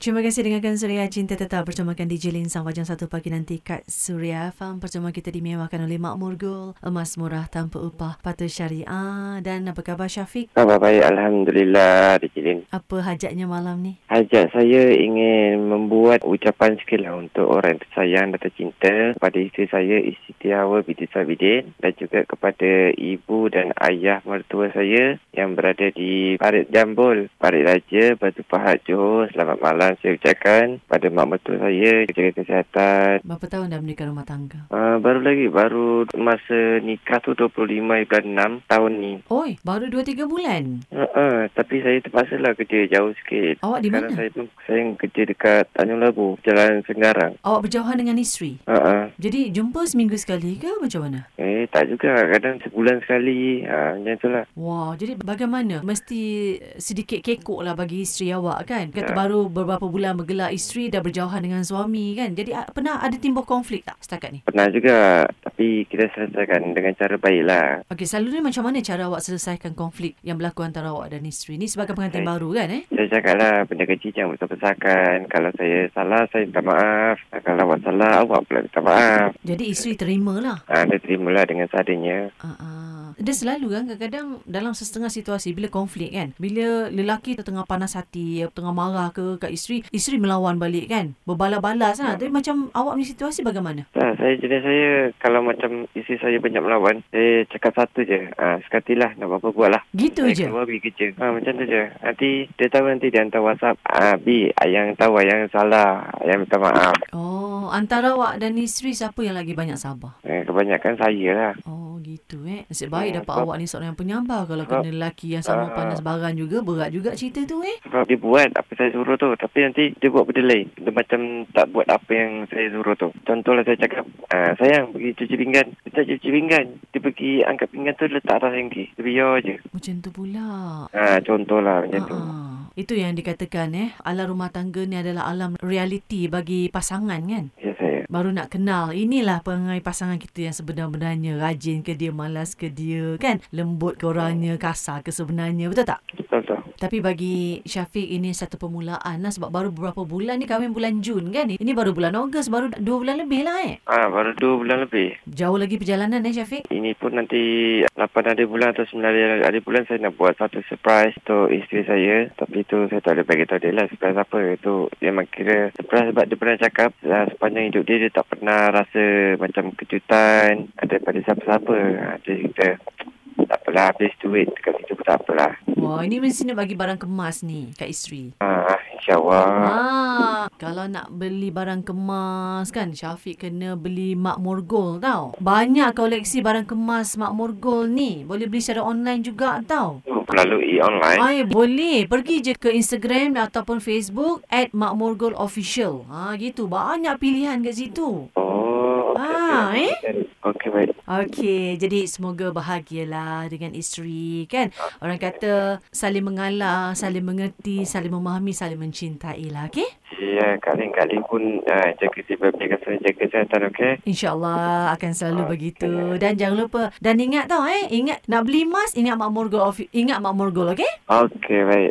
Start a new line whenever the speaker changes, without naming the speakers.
Terima kasih dengarkan Suria Cinta Tetap bersama kan DJ Lin Sang Wajan satu pagi nanti kat Suria Farm. Percuma kita dimewakan oleh Mak Murgul, Emas Murah Tanpa Upah, Patuh Syariah. Dan apa khabar Syafiq?
Khabar baik Alhamdulillah Dijilin.
Apa hajatnya malam ni?
Hajat saya ingin membuat ucapan sekilah untuk orang yang tersayang dan tercinta kepada isteri saya Isteri Tiawa binti Sabidin dan juga kepada ibu dan ayah mertua saya yang berada di Parit Jambul, Parit Raja, Batu Pahat, Johor. Selamat malam saya ucapkan pada mak mertua saya, jaga kesihatan.
Berapa tahun dah menikah rumah tangga?
Uh, baru lagi, baru masa nikah tu 25 bulan 6 tahun ni.
Oi, baru 2-3 bulan.
Uh, uh, tapi saya terpaksalah kerja jauh sikit.
Awak di
Sekarang
mana?
saya pun saya kerja dekat Tanjung Labu, Jalan Senggarang.
Awak berjauhan dengan isteri?
Ha uh-uh.
Jadi jumpa seminggu sekali ke macam mana?
Eh tak juga kadang sebulan sekali. Ha macam itulah.
Wah, jadi bagaimana? Mesti sedikit kekok lah bagi isteri awak kan? Kata
Ya.
baru beberapa bulan bergelar isteri dah berjauhan dengan suami kan? Jadi ah, pernah ada timbul konflik tak setakat ni?
Pernah juga tapi kita selesaikan dengan cara baiklah.
Okey, selalunya macam mana cara awak selesaikan konflik yang berlaku antara awak dan isteri ni sebagai pengantin
Baik.
baru kan eh?
Saya cakaplah benda kecil jangan besar-besarkan. Kalau saya salah saya minta maaf. Kalau awak salah awak pula minta maaf.
Jadi isteri terimalah.
Ha dia terimalah dengan seadanya.
Ah, ah. Dia selalu kan kadang-kadang dalam setengah situasi bila konflik kan Bila lelaki tu tengah panas hati Tengah marah ke kat isteri Isteri melawan balik kan Berbalas-balas
Ya.
lah Tapi macam awak punya situasi bagaimana?
Ha, saya jenis saya kalau macam isteri saya banyak melawan, saya cakap satu je. Ha, sekatilah nak apa-apa buatlah.
Gitu
saya
je
keluar pergi kerja. Ha, macam tu je. Nanti dia tahu nanti dia hantar WhatsApp. Ah, B, ayang tahu ayang salah. Ayang minta maaf.
Oh, antara awak dan isteri siapa yang lagi banyak sabar?
Eh, kebanyakan saya lah.
Oh, gitu eh. Nasib baik
Ya,
dapat
sebab-
awak ni seorang yang penyabar. Kalau
sebab-
kena lelaki yang sama
Ah.
panas barang juga, berat juga cerita tu eh.
Sebab dia buat apa saya suruh tu. Tapi nanti dia buat benda lain. Dia macam tak buat apa yang saya suruh tu. Contohlah saya cakap, ah, sayang pergi cuci pinggan. Dia tak cuci pinggan. Dia pergi angkat pinggan tu letak atas sengki. Dia biar je.
Macam tu pula.
Ha, contohlah macam tu.
Ah, Itu yang dikatakan eh. Alam rumah tangga ni adalah alam realiti bagi pasangan kan.
Ya saya.
Baru nak kenal. Inilah perangai pasangan kita yang sebenar-benarnya. Rajin ke dia, malas ke dia kan. Lembut ke
Ya.
orangnya, kasar ke sebenarnya. Betul tak?
Betul tu.
Tapi bagi Syafiq ini satu permulaan lah sebab baru beberapa bulan ni kahwin bulan Jun kan. Ini baru bulan Ogos, baru dua bulan lebih lah eh.
Ah, baru dua bulan lebih.
Jauh lagi perjalanan eh Syafiq.
Ini pun nanti 8 hari bulan atau 9 hari, hari bulan saya nak buat satu surprise untuk isteri saya. Tapi tu saya tak boleh bagi tahu dia lah surprise apa. Itu dia memang kira surprise sebab dia pernah cakap lah, sepanjang hidup dia, dia tak pernah rasa macam kejutan daripada siapa-siapa. Ha, dia cerita, tak apalah habis duit kat situ pun tak apalah.
Wah ini mesti nak bagi barang kemas ni kat isteri.
Ha, insyaAllah.
Ah, kalau nak beli barang kemas kan Syafiq kena beli Mak Morgol tau. Banyak koleksi barang kemas Mak Morgol ni. Boleh beli secara online juga tau.
Tu Melalui online.
Ay, boleh. Pergi je ke Instagram ataupun Facebook at Mak Morgol Official. Ha, gitu. Banyak pilihan kat situ.
Oh, okey,
Ah,
okey, okey. Okey, baik.
Okey, jadi semoga bahagialah dengan isteri kan. Orang kata saling mengalah, saling mengerti, saling memahami, saling mencintai lah, okey?
Ya, kali-kali pun uh, jaga sifat jaga kesihatan, jaga kesihatan, okey?
InsyaAllah akan selalu begitu. Dan jangan lupa, dan ingat tau eh, ingat nak beli emas, ingat Mak Morgol, of- ingat Mak Morgol, okey?
Okey, baik.